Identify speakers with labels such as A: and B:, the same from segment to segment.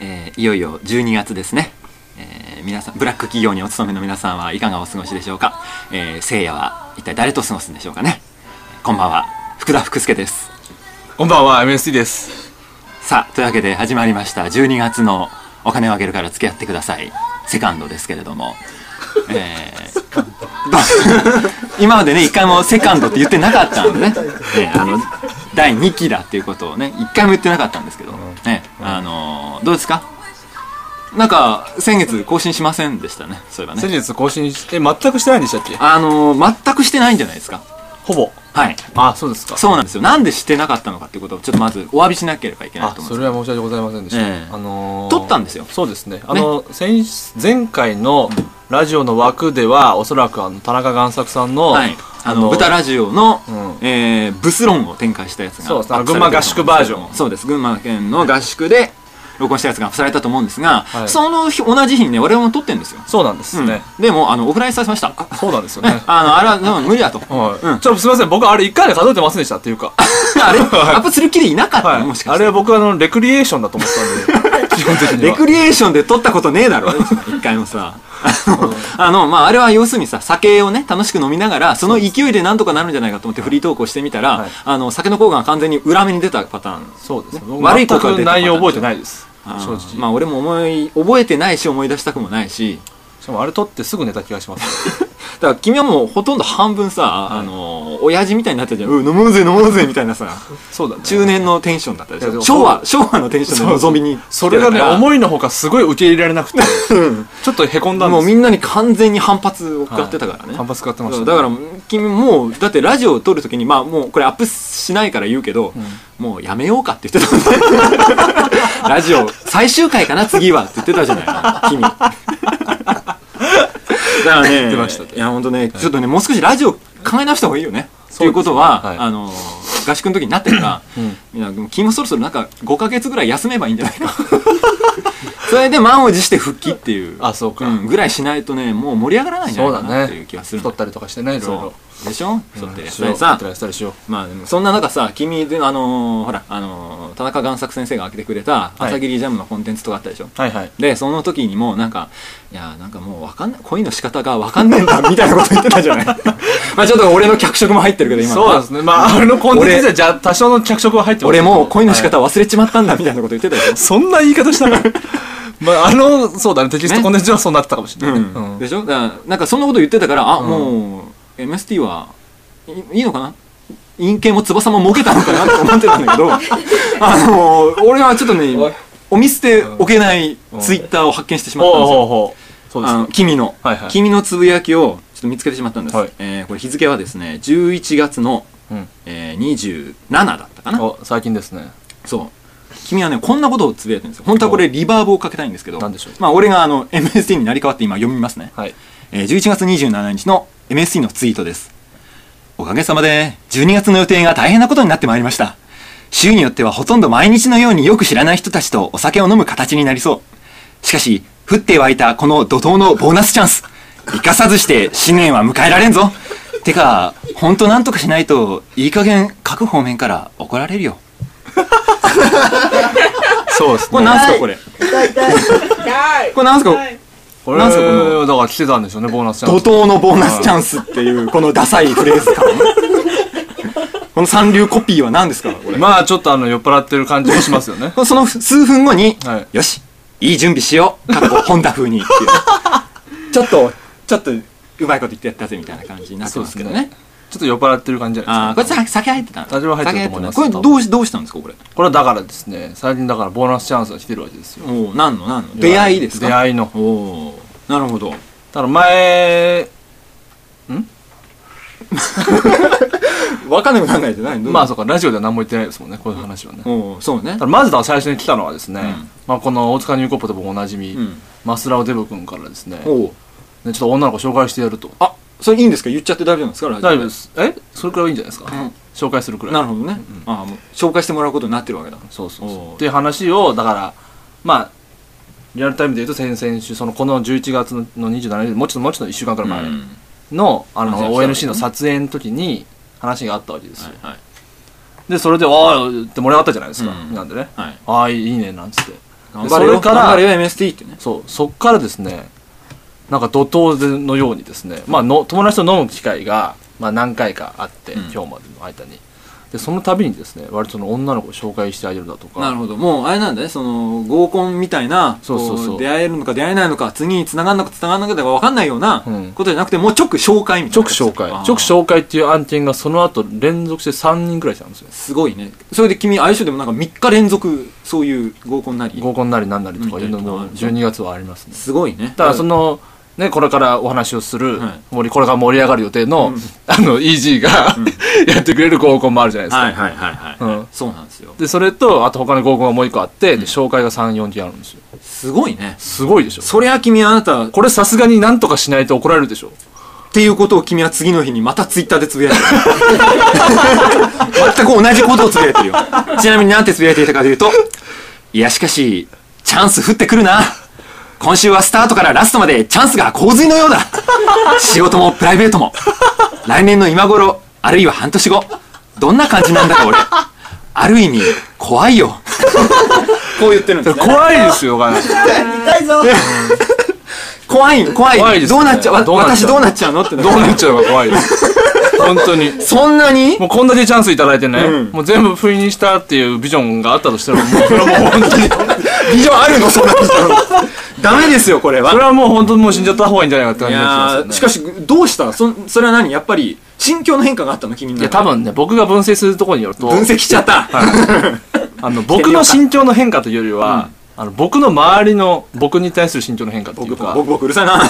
A: えーいよいよ12月ですね、えー皆さんブラック企業にお勤めの皆さんはいかがお過ごしでしょうか、えー、聖夜は一体誰と過ごすんでしょうかねこんばんは福田福助です
B: こんばんは、MST です。
A: さあというわけで始まりました12月の「お金をあげるから付き合ってください」セカンドですけれども、えー 今までね一回も「セカンド」って言ってなかったんでね、えーあの第2期だっていうことをね一回も言ってなかったんですけど、ねあのーどうですかなんか先月更新しませんでしたねそういえば
B: 先
A: ね
B: 日更新して、全くしてないんでしたっけ
A: あのー全くしてないんじゃないですか
B: ほぼ。
A: はい
B: あ、そうですか。
A: そうなんですよなんでしてなかったのかっていうことをちょっとまずお詫びしなければいけない
B: あ、
A: と思うんですけど
B: それは申し訳ございませんでした。
A: ええ
B: あのー
A: 撮ったんですよ
B: そうですね。あの、先日前回のラジオの枠では、おそらくあの、田中贋作さんの、
A: はい、あの豚ラジオの、
B: うん
A: えーブス論を展開したやつが
B: そうですね
A: アップされた
B: 群馬合宿バージョン
A: そうです群馬県の合宿で録音したやつがアップされたと思うんですが、
B: はい
A: その日同じ日にね我々も撮ってるんですよ、
B: そうなんですね。
A: うんでもあのオフラインさせましたあ
B: そうなんですよね。
A: あのあれはでも無理だと、
B: はい、
A: うん
B: ちょっとすみません、僕あれ一回で数えてませんでしたっていう か。
A: あれアップする気でいなかったの、
B: はい。
A: もしか
B: あ
A: して
B: れは僕あの、レクリエーションだと思って たんで、基本的に
A: レ
B: は。
A: クリエーションで撮ったことねえだろ一回も さあのあのまああれは要するにさ酒をね楽しく飲みながらその勢いでなんとかなるんじゃないかと思ってフリートークをしてみたら、
B: はい
A: あの酒の効果が完全に裏目に出たパターン
B: そうですね。
A: 悪
B: 悪
A: い
B: い
A: こ
B: こと
A: は
B: と
A: 出てこなかった
B: 内容覚えてないです。
A: あー
B: 正直。
A: まあ俺も思い覚えてないし思い出したくもないし
B: しかもあれ撮ってすぐ寝た気がします。
A: だから君はもうほとんど半分さ、あの親父みたいになってたじゃん「うん飲もうぜ飲もうぜ」みたいな さ
B: そうだね。
A: 中年のテンションだったでし
B: いやで
A: ょ
B: も
A: 昭和昭和のテンションで望みに来て
B: それがね、
A: い
B: 思いのほかすごい受け入れられなくて、ちょっとへこんだん
A: も
B: で
A: う
B: す
A: みんなに完全に反発を食らってたからね、
B: はい反発食らってましたね
A: だから君もうだってラジオを撮るときにまあもうこれアップしないから言うけど、もうやめようかって言ってたもんねラジオ最終回かな次はって言ってたじゃない君だからね
B: ってましたね
A: いや本当ね、ちょっとねもう少しラジオ考え直した方がいいよねと、いうことは、
B: はい
A: あの合宿の時になってるから、いやでも君もそろそろなんか5か月ぐらい休めばいいんじゃないか それで満を持して復帰っていう
B: あ、そうか。
A: うん、ぐらいしないとねもう盛り上がらないんじゃ
B: そ
A: な
B: う
A: い
B: だ
A: かな
B: ね。
A: っていう気がするんだ
B: 撮ったりとかしてね、いろいろ。
A: そうでしょ、そってやっ
B: し
A: たり
B: よう撮っ
A: さ
B: たりしたりしよう。
A: まあでもそんな中さ君であのーほらあのー田中贋作先生が開けてくれた「
B: い
A: 朝霧ジャム」のコンテンツとかあったでしょ、
B: はいはい。
A: でその時にもなんか「いやなんかもうわかんない恋の仕方がわかんないん だ」みたいなこと言ってたじゃないまあちょっと俺の脚色も入ってるけど今の
B: そうですね。まあ、あれのコンテンツじゃ、じゃあ多少の着色は入ってます
A: 俺
B: けど
A: もう恋の仕
B: は
A: 方忘れちまったんだみたいなこと言ってたでしょ
B: いそんな言い方したのまあ、あの、そうだね、テキストコンテンツはそうなってたかもしれないね。
A: うん
B: うん
A: でしょだからなんかそんなこと言ってたからあ、もう MST はいいいのかな陰茎も翼も儲けたのかなと思ってたんだけ どあの俺はちょっとね
B: おい
A: お見捨ておけないツイッターを発見してしま
B: ほう
A: ったんです
B: ほう
A: よ
B: ほう。そうです
A: あの
B: ね。
A: 君の、
B: はいはい
A: 君のつぶやきをちょっと見つけてしまったんです、
B: はい
A: えーこれ日付はですね11月の、
B: うん
A: えー27だったかな
B: お、最近ですね。
A: そう君はねこんなことをつぶやいてるんですよ本当はこれリバーブをかけたいんですけど
B: なんでしょう
A: まあ俺があの MST になり変わって今読みますね
B: はい。
A: えー11月27日の MSC のツイートです。おかげさまで、12月の予定が大変なことになってまいりました。週によってはほとんど毎日のようによく知らない人たちとお酒を飲む形になりそう。しかし、降って湧いたこの怒涛のボーナスチャンス。生かさずして新年は迎えられんぞ。てか、ほんとなんとかしないと、いい加減各方面から怒られるよ。
B: そうですね。
A: これなんすかこれ。
C: 痛い痛い痛い
A: これなんすか
C: はい
B: これ
A: なんすかこの
B: だから来てたんでしょうね、ボーナスチャン
A: 怒
B: ス。
A: 涛のボーナスチャンスっていう、このダサいフレーズ 感。この三流コピーは何ですかこれ。
B: まあ、ちょっとあの、酔っ払ってる感じもします よね。
A: その数分後に、
B: はい
A: よし、いい準備しよう。かっこ、本田風にって いう。ちょっと、ちょっと、うまいこと言ってやったぜみたいな感じになってますけどね。
B: ちょっと酔っ払ってる感じじゃ
A: あ
B: な
A: あ、
B: い
A: こ
B: で
A: れ
B: すか。
A: さ酒入ってたの
B: 多少は入ってると思います
A: 酒入ってたのこれどうし、どうしたんですかこれ。
B: これはだからですね、最近だからボーナスチャンスが来てるわけですよ。
A: おお何の何の出会いですか
B: 出会いの。
A: おおーなるほど。
B: だから前、
A: わかんなくなんないじゃない
B: まあそうか、ラジオでは何も言ってないですもんね、こういう話はね。だ
A: おおそうね
B: か。らまずだから最初に来たのはですね、
A: うん
B: まあこの大塚ニューコップでもおなじみ、
A: うん
B: マスラオデブ君からですね、
A: おお
B: ねちょっと女の子紹介してやると。
A: あ、それいいんですか言っちゃって大丈夫なんですか大
B: 大丈夫です。えそれくらいはいいんじゃないですか、
A: うん
B: 紹介するくらい。
A: なるほどね、ああもう紹介してもらうことになってるわけだ
B: そうそうそう
A: おう
B: っていう話をだからまあリアルタイムで言うと先々週そのこの11月の27日もうちょっともうちょっと1週間くらい前
A: うん
B: の,、あ
A: あそう
B: の
A: そう
B: ONC の撮影の時に話があったわけですよ、
A: はい
B: でそれで「ああ」って盛り上がったじゃないですか、
A: うん
B: なんでね「
A: はい
B: ああいいね」なんつって
A: 頑張れよ
B: それから
A: 頑張れよ MST ってね
B: そうそっからですねなんか怒涛のようにですね、まあ、の友達と飲む機会が、まあ、何回かあって、
A: うん
B: 今日までの間にでその度にですね割とその女の子を紹介してあげるだとか
A: なるほどもうあれなんだねその合コンみたいな
B: そうそうそう
A: こ出会えるのか出会えないのか次に繋がんのか繋がんなかったか分かんないような
B: うん
A: ことじゃなくてもう直紹介みたい
B: 直
A: な
B: 紹介
A: あー
B: 直紹介っていう案件がその後連続して3人くらいしたんですよ
A: すごいねそれで君相性でもなんか3日連続そういう合コンなり
B: 合コンなりなんなりとかいうの
A: う
B: も
A: ん
B: 12月はありますね
A: すごいね
B: だからその、ね、これからお話をする、
A: はい
B: 盛りこれから盛り上がる予定の、
A: うん
B: あの EG が、 やってくれる合コンもあるじゃないですか、
A: はいはいはいはい、
B: うん
A: そうなんですよ
B: でそれとあと他の合コンがもう一個あって、で紹介が34件あるんですよ
A: すごいね
B: すごいでしょ
A: そりゃ君あなたっ
B: これさすがになんとかしないと怒られるでしょ
A: ていうことを君は次の日にまたツイッターでつぶやいてる 全く同じことをつぶやいてるよちなみに何てつぶやいていたかというといやしかしチャンス降ってくるな今週はスタートからラストまでチャンスが洪水のようだ仕事もプライベートも来年の今頃あるいは半年後どんな感じなんだか俺ある意味怖いよこう言ってるんね
B: 怖いですよお金
C: 痛いぞ
A: 怖い怖い
B: 怖いです
A: ど
B: ね
A: うなっちゃうわ
B: どうなっち
A: 私
B: ゃう
A: どうなっちゃうのってな
B: どうなっちゃうか怖いです本当に
A: そんなに
B: もうこんだけチャンスいただいてね、
A: うん
B: もう全部不意にしたっていうビジョンがあったとしたらもうそれはもう本当に
A: ビジョンあるのそんな人ダメですよこれは
B: それはもう本当にもう死んじゃった方がいいんじゃないかって
A: い
B: 感じ
A: やー
B: が
A: し
B: しま
A: か
B: すよね
A: しどうしたそそれは何やっぱり心境の変化があったの君の
B: いや
A: 中
B: 多
A: で
B: 分ね僕が分析するところによると
A: 分析しちゃった
B: あの僕の身長の変化というよりは、あの僕の周りの僕に対する身長の変化ってい
A: 僕
B: うか
A: 僕僕うるさいな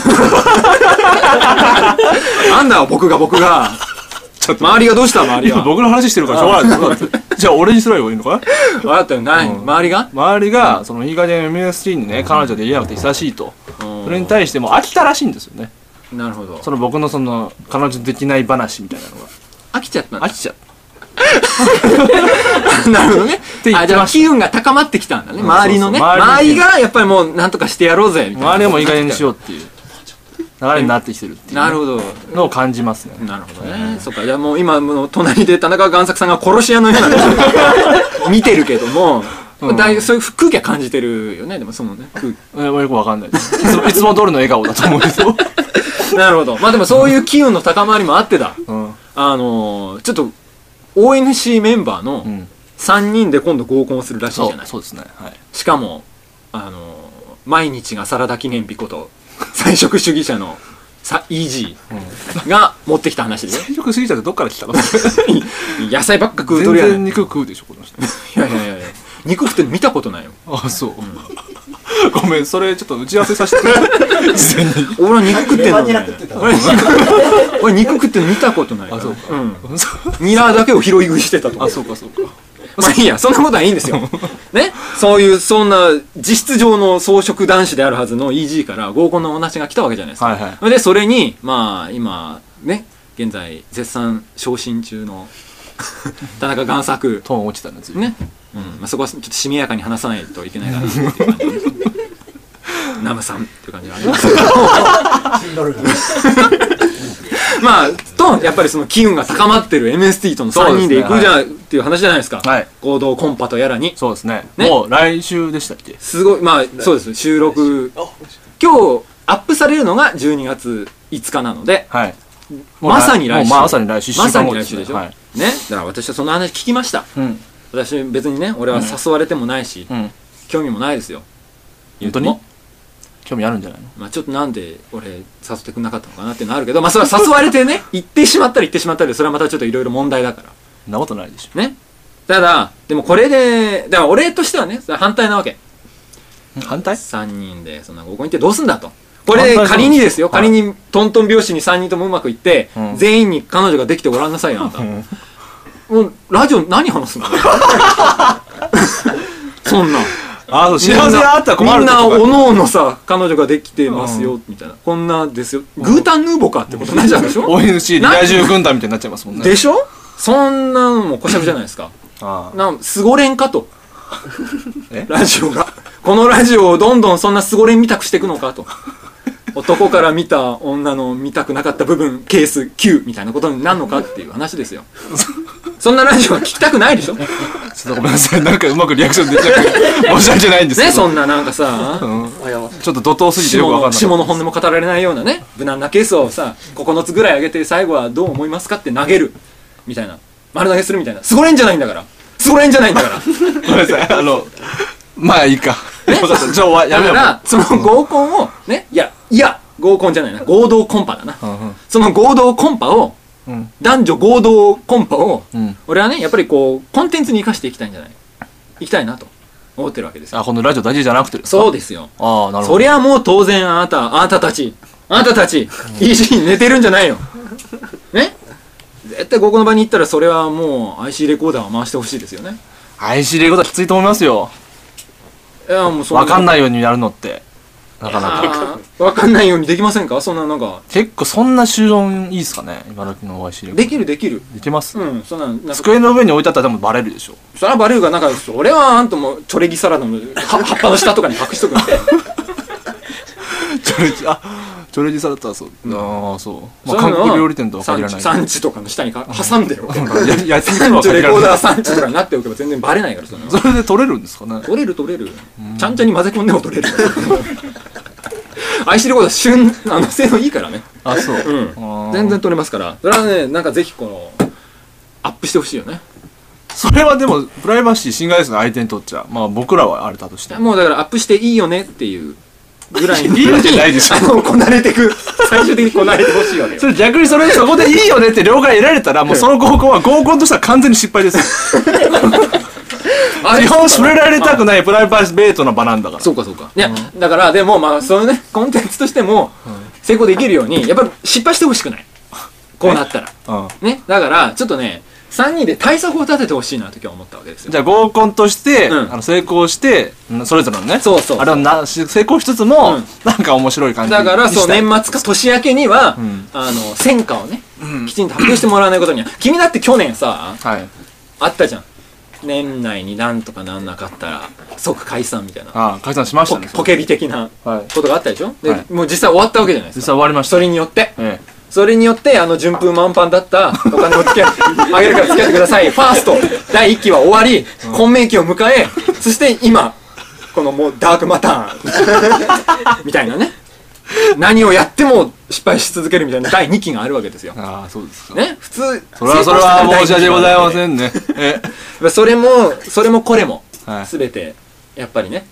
A: なんだよ僕が僕が
B: ちょっと
A: 周りがどうした周り
B: 今
A: が
B: 僕の話してるからしょうがないですよだってじゃあ俺にすればいいのかな
A: 分かったよない周りが
B: 周りがそのいい加減 MST にね彼女できなくて久しいとそれに対してもう飽きたらしいんですよね
A: なるほど
B: その僕のその彼女できない話みたいなの
A: 飽きちゃった
B: が飽きちゃった
A: なるほどね
B: て言ってました
A: あじゃあ機運が高まってきたんだね
B: うん
A: 周りのね
B: そうそう周
A: 周
B: りの
A: りがやっぱりもうなんとかしてやろうぜみたいな
B: 周りはもういい加減にしようっていう流れになってきてるってい
A: なる
B: う
A: ほど
B: のを感じますね
A: なるほどね。そっか。じゃあもう今、もう隣で田中贋作さんが殺し屋のような ね見てるけども、だいそういう空気は感じてるよね、でもそのね、空気。
B: えよくわかんないですいつもいつも通りの笑顔だと思うけど、
A: なるほど。まあでもそういう機運の高まりもあってだ。
B: うん
A: あのー、ちょっと、ONC メンバーの
B: うん、
A: 3人で今度合コンをするらしい
B: そ
A: じゃな
B: う
A: い。
B: そうですねはい
A: しかも、あのー、毎日がサラダ記念日こと、菜食主義者の、さ、イージーが持ってきた話で。
B: 転職すぎちゃってどっから来たの
A: 野菜ばっか食うと
B: 全
A: るやない
B: 然肉食うでしょこの人
A: いやいやいやいや肉食ってるの見たことないよ
B: あそう、 ごめんそれちょっと打ち合わせさ せて事前に
A: 俺は肉食ってんの
C: ニラニラ食ってた
A: 俺俺肉食ってんの見たことないから
B: あそうか
A: ん、ニラだけを拾い食いしてたとか
B: あそうかそうか
A: まあいいやそんなことはいいんです よねそういうそんな実質上の草食男子であるはずの EG から合コンのお話が来たわけじゃないですか、
B: はいはい
A: でそれにまあ今ね現在絶賛昇進中の 田中贋作
B: トーン落ちたね次
A: ね、うんまあ、そこはちょっとしめやかに話さないといけないかなっていう感じですね ナムさんっていう感じがありますけど
C: 死んどる
A: まあとやっぱりその機運が高まってる MST との3人で行くじゃん、っていう話じゃないですか、
B: はい
A: 行動コンパとやらに
B: そうですね
A: ね
B: もう来週でしたっけ
A: すごいまあそうです収録今日アップされるのが12月5日なので
B: はいもう
A: まさに来週
B: もうまさに来週
A: まさに
B: 一
A: 来
B: 週
A: 週
B: 間後
A: でしょ、
B: はい
A: ねだから私はその話聞きました
B: うん
A: 私別にね俺は誘われてもないし、
B: うん
A: 興味もないですよ
B: 本当
A: 言うて
B: に
A: も
B: 興味あるんじゃないの
A: まあ、ちょっとなんで俺誘ってくんなかったのかなっていうのはあるけど、まあ、それは誘われて ね行ってしまったり行ってしまったりでそれはまたちょっといろいろ問題だか
B: そんなことないでしょ
A: らねただでもこれでだから俺としてはねそれは反対なわけ
B: 反対
A: 3人でそんな合コン行ってどうすんだとこれ
B: 反対そうです
A: 仮にですよ
B: はい
A: 仮にトントン拍子に3人ともうまくいって、
B: うん
A: 全員に彼女ができてごらんなさいよあなた、
B: ん
A: もうラジオ何話すの そんな
B: あそう幸せがあったら困る
A: みん
B: と
A: な
B: か
A: みんなおのおのさ彼女ができてますよ、みたいなこんなですよグータンヌーボかってことになっちゃうでしょ
B: ONC リア充軍団みたいになっちゃいますもんね
A: でしょそんなのもこしゃくじゃないですか
B: ああ
A: なんすごれんかと
B: え
A: ラジオがこのラジオをどんどんそんなすごれん見たくしていくのかと男から見た女の見たくなかった部分ケース9みたいなことになるのかっていう話ですよそんなラジオは聞きたくないでしょ
B: ちょっとごめんなさい。なんかうまくリアクションできなくて、申し訳ないんですけ
A: ね、
B: ど。
A: そんななんかさ、
B: うん
A: あいや
B: ちょっと怒涛すぎて
A: 下
B: よくわかん
A: の
B: ない。
A: 下の本音も語られないようなね、無難なケースをさ、9つぐらい上げて、最後はどう思いますかって投げる。みたいな。丸投げするみたいな。すごれんじゃないんだから。すごれんじゃないんだから。
B: ごめんなさい。あの、まあいいか。わかったじゃあ終わ
A: だ
B: やめ
A: か
B: よう。
A: ら、その合コンを、ね、いや、いや、合コンじゃないな。合同コンパだな。その合同コンパを、
B: うんうん。
A: 男女合同コンパを、
B: うん
A: 俺はね、やっぱりこう、コンテンツに生かしていきたいんじゃないいきたいなと思ってるわけですよ。
B: あ、このラジオだけじゃなくてですか
A: そうですよ。
B: ああ、なるほ
A: そ
B: ど。
A: りゃもう当然あなた、あなたたち、あなたたち、いいシーン寝てるんじゃないよ。ね絶対ここの場に行ったらそれはもう IC レコーダーを回してほしいですよね。
B: IC レコーダーきついと思いますよ。
A: いや、もうそ
B: わかん
A: い。
B: ないようにやるのって。なかなか。
A: あーわかんないようにできませんかそんななんか、
B: 結構そんな収音いいっすかね茨城の IC レコーダー。
A: できるできる。
B: できます
A: うん、そんな、なんか、
B: 机の上に置いてあったら多分バレるでしょ。
A: それはバレるが、なんか、それはあんたもう、チョレギサラダの葉葉っぱの下とかに隠しとくんで。
B: チョレジ、あ、チョレジされたらそう。ああ、 そう。ま
A: そうい
B: あ、韓
A: うのを
B: 国料理店とは限らない。
A: 産地産地とかの下に か挟んでよ。
B: ややってみるの
A: 産
B: は
A: 地レ
B: 限ら
A: コー
B: な
A: ダ
B: い
A: ー産地とかになっておけば全然バレないから、それは。
B: それで取れるんですかね
A: 取れる取れる。ちゃんちゃんに混ぜ込んでも取れる。愛してることは旬、 あの、性能いいからね。
B: あ、そう。
A: うん
B: あー
A: 全然取れますから。それはね、なんかぜひこの、アップしてほしいよね。
B: それはでも、プライバシー侵害ですね、相手にとっちゃ。まあ、僕らはあれだとしても。
A: もうだからアップしていいよねっていうぐらいに。
B: いいよじゃないでしょ
A: あの、こなれてく。最終的にこなれてほしい わけよ。
B: それ逆にそれ、そこでいいよねって了解得られたら、もうその合コンは合コンとしては完全に失敗です。基本触れられたくないプライバシーベートの場なんだから。
A: そうかそうか。いや、だからでもまあ、そのね、コンテンツとしても、成功できるように、やっぱり失敗してほしくない。こうなったら。
B: うん。
A: ね。だから、ちょっとね、3人で対策を立ててほしいなと今日思ったわけですよ。
B: じゃあ合コンとして、
A: うん
B: あの成功して、うんそれぞれのね。
A: そうそう
B: あれをなし成功しつつも、
A: うん
B: なんか面白い感じに
A: だから、そう、
B: したい
A: 年末か年明けには、
B: ん
A: あの、戦果をね、きちんと発表してもらわないことには、君だって去年さ、
B: はい。
A: あったじゃん。年内になんとかなんなかったら、即解散みたいな。
B: ああ、解散しまし
A: ポ
B: たね。
A: ポケビ的な
B: はい。
A: ことがあったでしょで、
B: はい
A: もう実際終わったわけじゃないで
B: 実際
A: すか。
B: 終わりました。
A: それによって。
B: え
A: それによって、あの、順風満帆だった、お金を付け、あげるから付き合ってください。ファースト、第1期は終わり、混迷期を迎え、そして今、このもうダークマターン、みたいなね。何をやっても失敗し続けるみたいな第2期があるわけですよ
B: え。。ああ、そうですか。
A: ね普通、
B: それはそれは申し訳ございま
A: ん。
B: せ んね。え
A: それも、それもこれも、
B: はい
A: すべて、やっぱりね、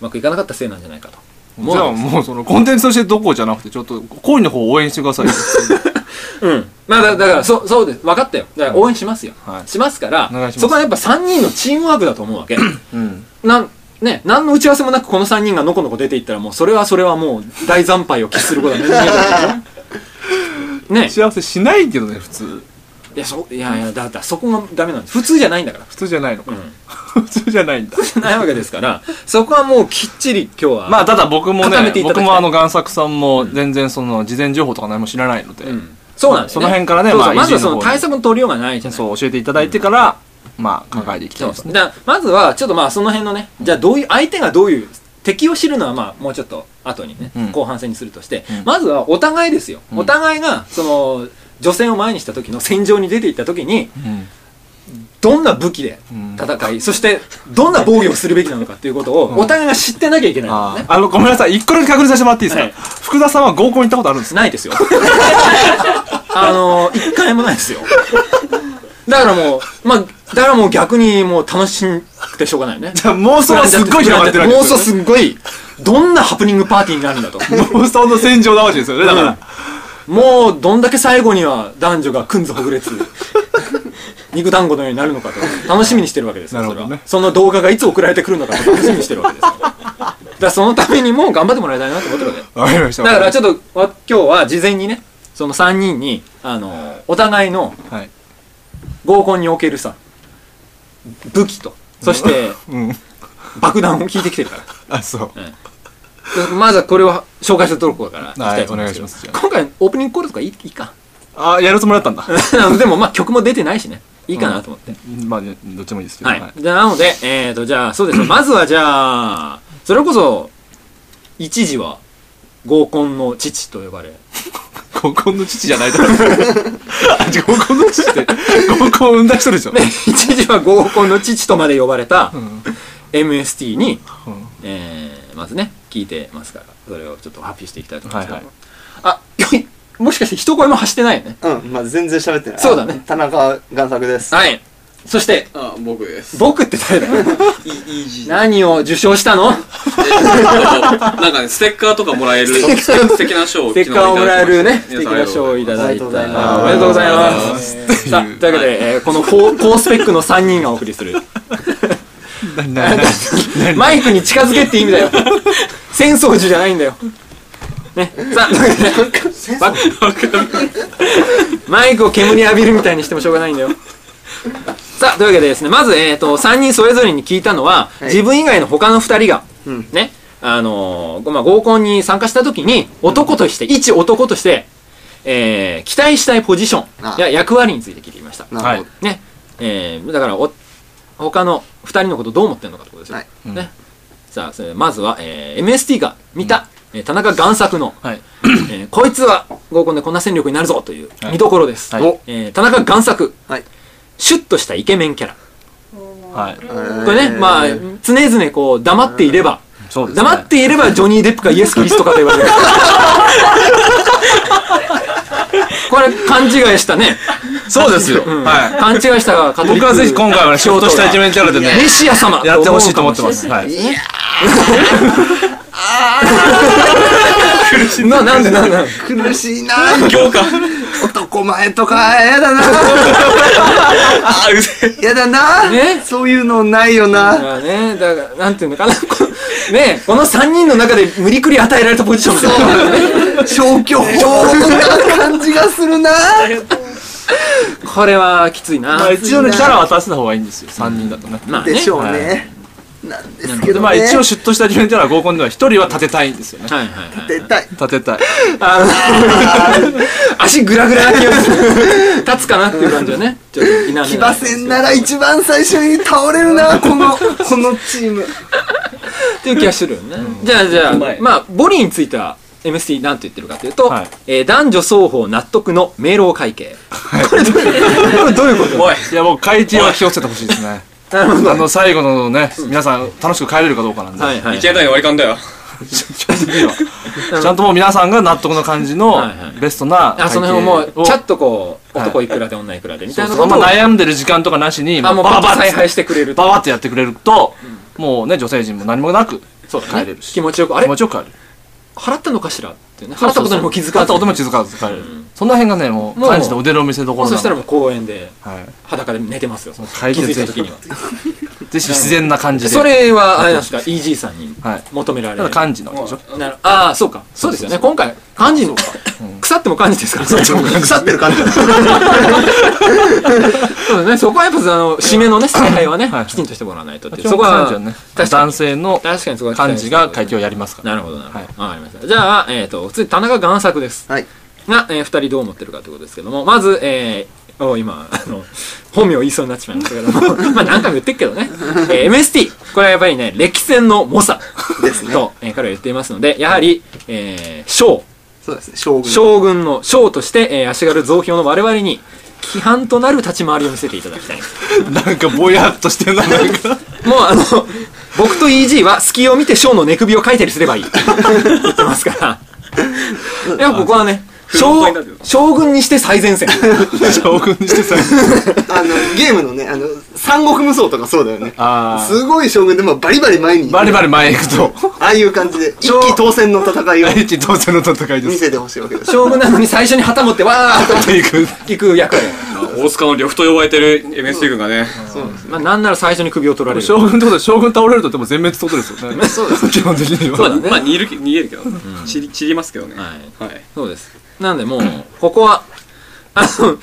A: うまくいかなかったせいなんじゃないかと。
B: じゃあもうそのコンテンツとしてどこじゃなくてちょっと恋の方を応援してくださいよ
A: うん。まあだだから、そう、そうです。分かったよ。だから応援しますよ。
B: はい
A: しますから
B: お願いします
A: そこはやっぱ3人のチームワークだと思う わけ。
B: うん
A: なん、ね、何の打ち合わせもなくこの3人がのこのこ出ていったらもうそれはそれはもう大惨敗を喫することは目に見え ないでしょね
B: 幸せしないけどね普通
A: いや、そ、いやいや、だ、だ、そこがダメなんです。普通じゃないんだから。
B: 普通じゃないの
A: う
B: か、
A: ん。
B: 普通じゃないんだ
A: ないわけですから、そこはもうきっちり今日は。
B: まあただ僕も
A: 固め
B: ね
A: ていただきた
B: 僕
A: い
B: もあの贋作さんも全然その事前情報とか何も知らないので、
A: うんそうなんですよ、
B: その辺からね
A: そうそう
B: まあ
A: まずは
B: 維持
A: そ
B: の方
A: の
B: に
A: 対策の取りようがないじゃない
B: そう教えていただいてから、まあ考えていきた
A: そ
B: いうで
A: ですす
B: ね
A: ね。だからまずは、ちょっとまあ、その辺のね、じゃあ、どういう、相手がどういう、敵を知るのは、まあ、もうちょっと後にね、
B: うん
A: 後半戦にするとして、
B: うん
A: まずは、お互いですよ。
B: うん
A: お互いが、その、女性を前にした時の戦場に出ていった時に、どんな武器で
B: うん
A: 戦い、そして、どんな防御をするべきなのかっていうことを、お互いが知ってなきゃいけないん
B: あ
A: です
B: ーあのごめんなさい一個だけ確認させてもらっていいですか、
A: はい
B: 福田さんは合コン行ったことあるんです
A: ね。ないですよ。 あの、一回もないです よ。だからもう、まあ、だからもう逆にもう楽しくてしょうがないよね。
B: か妄想はすっごい広がってるわけ
A: 妄
B: です
A: 想
B: よね
A: すっごい、どんなハプニングパーティーになるんだと。
B: 妄想の戦場なわけですよねだから、
A: もう、どんだけ最後には男女がくんずほぐれ つ、肉団子のようになるのかと、楽しみにしてるわけですよ、
B: なる
A: そ
B: ほ
A: れ
B: ど
A: は。
B: ね
A: その動画がいつ送られてくるのかと楽しみにしてるわけです よ。だからそのためにも頑張ってもらいたいなと思ってるわけ。
B: わかりました
A: だからちょっと、わ今日は事前にね、その3人に、あの、お互いの
B: はい
A: 合コンにおけるさ、武器と、そ して
B: うん
A: 爆弾を聞いてきてるから。
B: あそう
A: まずはこれを紹介したところからいきたいと思いますけど、
B: はいお願いしますじゃあ
A: 今回オープニングコールとかいいいいか
B: あやるつもりだったんだ
A: でもまあ曲も出てないしねいいかなと思って、
B: まあね、どっちもいいですけど。
A: はい、じゃあなのでえー、とじゃあそうです ねまずはじゃあそれこそ一時は合コンの父と呼ばれ
B: 合コンの父じゃないだ ろあ違う合コンの父って合コンを生んだ人でしょ、
A: で一時は合コンの父とまで呼ばれた
B: ん
A: MST に、
B: うん
A: えーまずね聞いてますからそれをちょっと発表していきたいと思いますけど、
B: はいはい
A: あよいもしかして一声も発してないよね
D: うん、まあ全然喋ってない。
A: そうだね
D: 田中贋作です。
A: はいそして
E: あ僕です
A: 僕って誰だよ
E: いいいじ
A: 何を受賞したの
E: なんかねステッカーとかもらえる素敵な賞を
A: ステッカーをもらえるね素
E: 皆
A: 敵
E: さんあり
A: な
E: がと
A: 賞を
E: うござ
A: いただいた
D: あ
E: いま
D: りがとうございます
A: あおめでとうございますさあというわけで、えーこの高高スペックの3人がお送りするマイクに近づけって意味だよ浅草寺じゃないんだよねさあというわけでマイクを煙に浴びるみたいにしてもしょうがないんだよ。さあ、というわけでですね、まず、えっ、と、3人それぞれに聞いたのは、
D: はい
A: 自分以外の他の2人が、
D: うん
A: ね、あのーまあ、合コンに参加した時に、男として、一男として、えー期待したいポジショ
D: あ
A: ンや役割について聞いてきました。
D: なるほど。
A: ね、えーだからお、他の2人のことどう思ってるのかってことですよ。
D: はい
A: ね。さあ、それまずは、えー MST が見た、えー田中贋作の、
B: はい
A: えーこいつは合コンでこんな戦力になるぞという
B: はい
A: 見どころです、
B: はい
A: えー田中贋作、
D: はい
A: シュッとしたイケメンキャラ
B: はい
A: これね、まあ
D: えー
A: 常々こう黙っていれば
B: そうですね
A: 黙っていればジョニー・デップかイエス・クリストかと言われる これ勘違いしたね、
B: そうですよ、
A: うん
B: はい
A: 勘違いしたカトリック
B: 僕はぜひ今回はね仕事した一面キャラでね
A: メシア様
B: やってほしいと思ってます
A: 思うかも
B: はい
A: しれない ななんでなんでなんで
D: 苦しいな強化男前とか、やだなやだな
A: ね
D: そういうのないよな
A: まあね、だから、なんていうのかな、このね、この3人の中で無理くり与えられたポジションです
D: 消去法な感じがするな
A: これはきついな。
B: まあ、一応ねキャラは出せた方がいいんですよ3人だとね、
A: まあね
D: でしょう
B: は
D: ね。なんですけ
B: で
D: どね。
B: まあ一応シュッとした一面キャラは合コンでは1人は立てたいんですよね
A: はいはいはい。
D: 出たい。
B: 立てたい
A: 足グラグラな気がする。立つかなっていう感じはね。ちょっと否めない
D: 騎馬戦なら一番最初に倒れるな、この、このチ ーム。
A: っていう気がするよね。じゃあじゃあ、まあ、ボリについては MST なんて言ってるかというと、
B: はい
A: えー男女双方納得の明朗会計。これどういうこと
B: おいいやもう会計は気をつけてほしいですね
A: なるほど。
B: あの最後のね皆さん楽しく帰れるかどうかなんで、
A: はいはい
E: い。けない割り勘だよ
B: ちゃんともう皆さんが納得の感じの
A: はいはい
B: ベストな
A: あ、その辺をもう、ちゃっとこう、
B: はい
A: 男いくらで女いくらでみたいな
B: そ
A: こ
B: う
A: と
B: ま
A: を
B: あ、悩んでる時間とかなしに
A: あ、もうバ
B: バ
A: ッと
B: バ
A: 采
B: ッ
A: 配してくれる
B: バ
A: と。
B: バってやってくれると、もうね女性陣も何もなく
A: そうだね
B: 帰れるし
A: 気持ちよく、あ
B: 気
A: れ
B: 持ちよく帰れる
A: 払ったのかしらってね。払ったことにも気づか
B: 払
A: ず
B: った
A: に。
B: ことも気づかず帰れる、その辺がねもう
A: もう
B: 感じの腕の見せ所な
A: もう
B: の
A: そしたらもう公園で
B: はい、
A: 裸で寝てますよ。その
B: 回
A: 気
B: 転
A: づいた
B: する
A: 時には。
B: ぜひ自然な感じで
A: それは、あれなんですか、EG さんに
B: はい
A: 求めら
B: た
A: れ
B: だ
A: る。
B: 感じのでしょ
A: なるああ、そうか。そうですよね。今回、漢字の、腐っても漢字ですから。そう
D: 腐ってる感じだ。
A: だね。そこはやっぱ、あの、締めのね、采配はね
B: はい、
A: きちんとしてもらわないとって。
B: 基
A: そ
B: 本
A: こ
B: 感
A: は
B: じはね、
A: 確か
B: 男
A: に。
B: 性の
A: 確かにそこは期待
B: 感じが
A: して
B: 会計をやりますから
A: なるほど、なるほど。わかりました。じゃあ、えっと、次、田中贋作です。
D: はい。
A: が、えー、2人どう思ってるかということですけどもまず、えー、お今あの 本名を言いそうになっちまいましたけども まあ何回も言ってるけどね、えー MST これはやっぱりね歴戦の猛者
D: ですね
A: と、えー彼は言っていますのでやはり、えー、将
D: そうですね、将軍。
A: 将軍の将として、えー、足軽増票の我々に規範となる立ち回りを見せていただきたい
B: なんかぼやっとしてるななんか
A: もうあの僕と EG は隙を見て将の寝首をかいたりすればいい言ってます からやっぱここはね将
E: 不動産になるよ
A: 将軍にして最前線
B: 将軍にしてさ
D: あの、ゲームのね、あの、三国無双とかそうだよね。
B: あー
D: すごい将軍で、まあ、バリバリ前に。
B: バリバリ前へ行くと
D: ああいう感じで、一騎当選の戦いを
B: 第一同性の戦いで
D: 見
B: す
D: せてほしいわけ です。
A: 将軍なのに最初に旗持ってわーっ
B: といく
A: と行く役割。
E: 大塚の呂布と呼ばれてる MSC 軍がね
A: まあなんなら最初に首を取られる。
B: 将軍ってことは将軍倒れるとでも全滅ってことですよね そうです基本的には
E: まあまあ逃げる逃げるけど散り散りますけどね
A: はい。
E: はい
A: そうです。なんでもう、ここは、あの、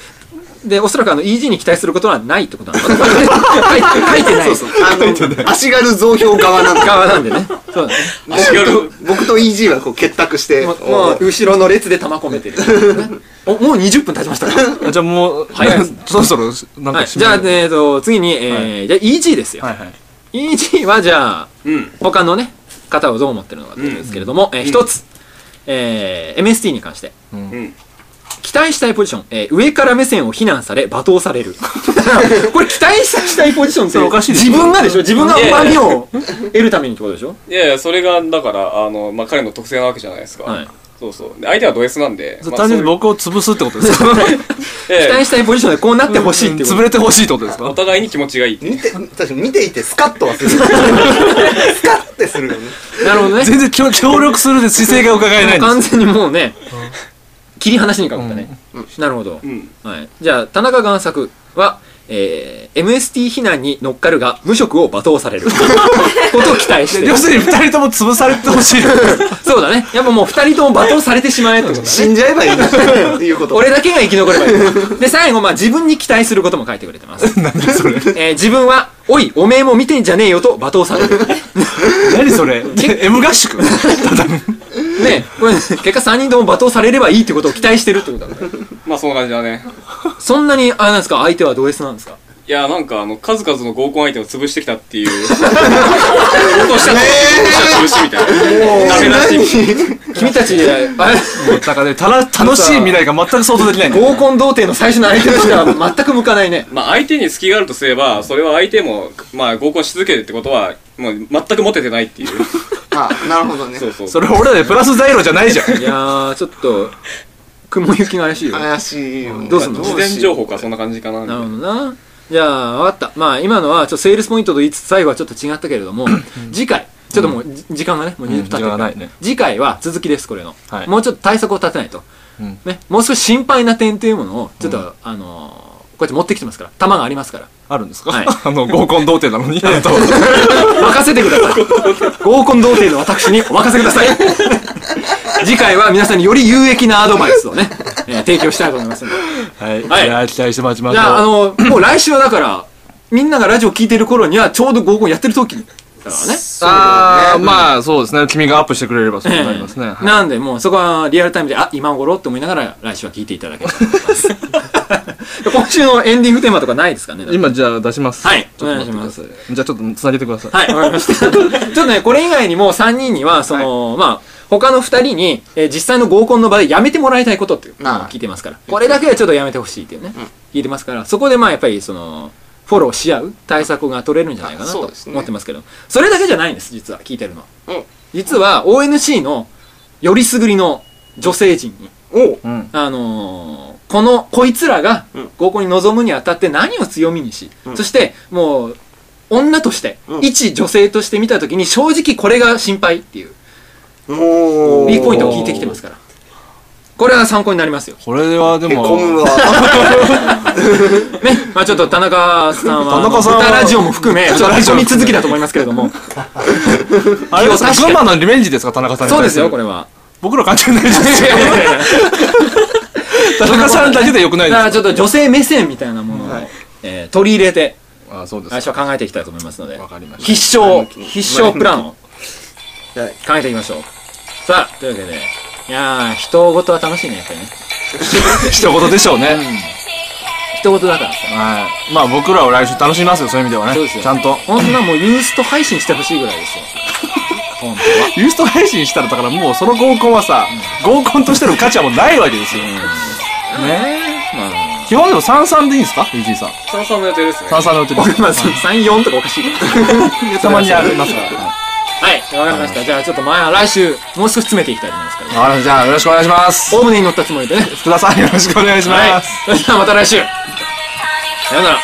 A: で、おそらくあの、EG に期待することはないってことなのかな書いてない。
D: あの、足軽増票側なんだ。
A: 側なんでね。そうだね。
E: 足軽
D: 僕と EG はこう結託して、
A: もう
D: お
A: もう、後ろの 列で玉込めてる、ね お、もう20分経ちましたか
B: あじゃあもう
A: 早いです
B: そろそろなんか
A: はい。
B: 締
A: じ
B: め
A: ゃあ、
B: る
A: えっと、次に、えー、じゃあ EG ですよ。
B: はいはい
A: EG はじゃあ、
E: うん
A: 他のね方をどう思ってるのかということですけれども、えー一つ、えー MST に関して、
B: うん
A: 期待したいポジション、えー上から目線を非難され罵倒されるこれ期待したいポジションって
B: それおかしいでしょ
A: 自分がでしょ自分が
E: いやいや
A: うまみを得るためにってことでしょ
E: いやいや、それが、だから、あの、まあ、彼の特性なわけじゃないですか。
A: はい
E: そうそう。で相手はド S なんで。まあ
B: 単純に
E: そういう
B: 僕を潰すってことですか
A: 期
E: ええ
A: 待したいポジションでこうなってほしいってこと
B: 潰れてほしいってことですか
E: お互いに気持ちがいいっていう。
D: 見て、確かに見ていてスカッとはす る。スカッてするよね。
A: なるほどね
B: 全然協協力するで姿勢が伺えないんです
A: 完全にもうね切り離しにかかったね、なるほど、
E: うん。
A: はい、じゃあ田中贋作は、えー MST 非難に乗っかるが無職を罵倒される ことを期待して
B: 要するに二人とも潰されてほ しい
A: そうだねやっぱもう二人とも罵倒されてしまえってことだね
D: 死んじゃえばいいんだっていうこと。
A: 俺だけが生き残ればいいで最後まあ自分に期待することも書いてくれてますえー自分は「おいおめえも見てんじゃねえよ」と罵倒され る
B: 何それ M 合 宿
A: ねこれ結果3人とも罵倒されればいいってことを期待してるってことだね
E: まあ、そんな感じだね。
A: そんなにあれなんですか相手はド S なんですか
E: いや、なんか、あの、数々の合コン相手を潰してきたっていう。落としたと、落としたら潰しみたいな。ダメらしい。
A: 君たちあれ
B: だからねたら楽しい未来が全く想像できないんだよ
A: 合コン童貞の最初の相手としては全く向かないね
E: まあ、相手に隙があるとすれば、それは相手も、まあ、合コンし続けるってことは、もう、全くモテてないっ ていう。
D: あ、なるほどね。
E: そうそう。
B: それ俺らでプラス材料じゃないじゃん
A: いやー、ちょっと、雲行きが怪しいよ。なる
D: 怪しいよね。
A: どうすんの
E: 事前情報か、そんな感じかな。みたい
A: ほど
E: な
A: な。じゃあ、わかった。まあ、今のは、ちょっとセールスポイントと言いつつ、最後はちょっと違ったけれども、次回、ちょっともう、じ時間がね、もう20分経って
B: 時
A: る
B: 間
A: か
B: が
A: ら
B: ないね
A: 次回は続きです、これの。
B: はい
A: もうちょっと対策を立てないと。
B: うん
A: ね、もう少し心配な点というものを、ちょっと、あのーこうやって持ってきてますから、弾がありますから。
B: あるんですか
A: はい
B: あの合コン童貞なのにえっと
A: 任せてください。合コン童貞の私にお任せください。次回は皆さんにより有益なアドバイスをね、えー提供したいと思いますので。
B: はい
A: はい
B: じゃあ期待して待ちまし
A: じゃあ、あ
B: ょう
A: の、もう来週はだから、みんながラジオ聞いてる頃には、ちょうど合コンやってる時だからね。
B: あーまあそうですね君がアップしてくれればそう
A: ええ
B: なりますねはい
A: なんで、もうそこはリアルタイムで、あ、今頃って思いながら来週は聞いていただければと思い ます。今週のエンディングテーマとかないですかね
B: 今じゃあ出します
A: はい
B: ちょっと待ってくださいじゃあちょっとつなげてください
A: はい、わかりました。ちょっとね、これ以外にも3人には、その、まあ、他の2人に、えー実際の合コンの場でやめてもらいたいことっていうのを
D: ああ
A: 聞いてますから、これだけはちょっとやめてほしいっていうね、聞いてますから、そこでまあ、やっぱりその、フォローし合う対策が取れるんじゃないかな
D: あそ
A: と
D: うですね
A: 思ってますけど、それだけじゃないんです、実は、聞いてるのは。
D: うん
A: 実は、ONC のよりすぐりの女性陣に、
D: お
B: うん
A: あのーこの、こいつらが
D: うん
A: 合コンに臨むにあたって何を強みにし、
D: ん
A: そして、もう、女として、
D: うん
A: 一女性として見たときに、正直これが心配っていう、
D: おー
A: ビーポイントを聞いてきてますから。これは参考になりますよ。
B: これはで
D: へこむ
B: も
D: わ。
A: ね。まあちょっと田中さんは、
B: 田中さんは
A: 歌ラジオも含 め、ちょっと込み続きだと思いますけれども。
B: あれですか
A: 確か
B: 群
A: に
B: 馬のリベンジですか田中さんに
A: そうで
B: 対
A: す
B: る
A: よ、これは。
B: 僕ら関係ないですよ田中さんだけでよくな い
A: だ
B: で
A: か
B: す
A: らちょっと女性目線みたいなものを、えー取り入れて、
B: かあそうで
A: 来週
B: す
A: は考えていきたいと思いますので
B: わかりました
A: 必勝必勝プランを
D: はい
A: 考えていきましょうさあというわけでいやー人事は楽しいねやっぱりね
B: 一言でしょうね
A: 人事だからさ
B: はいまあ僕らを来週楽しみますよそういう意味では
A: そう
B: ね
A: ですよ
B: ちゃんと
A: ほんなもうユースト配信してほしいぐらい ですよ本当は
B: ユースト配信したらだからもうその合コンはさ、合コンとしての価値はもうないわけですよ、ねえまあ基本でも33でいいんですか EG さん
E: 三々の予定ですね。
B: 33の予定です
A: まあ34とかおかしいから
B: たまにありますから
A: はいわかりましたじゃあちょっと前は来週もう少し詰めていきたいと思いますから
B: はいあじゃあよろしくお願いします
A: オウムに乗ったつもりでね
B: 福田さんよろしくお願いします、
A: はいそれではまた来週さようなら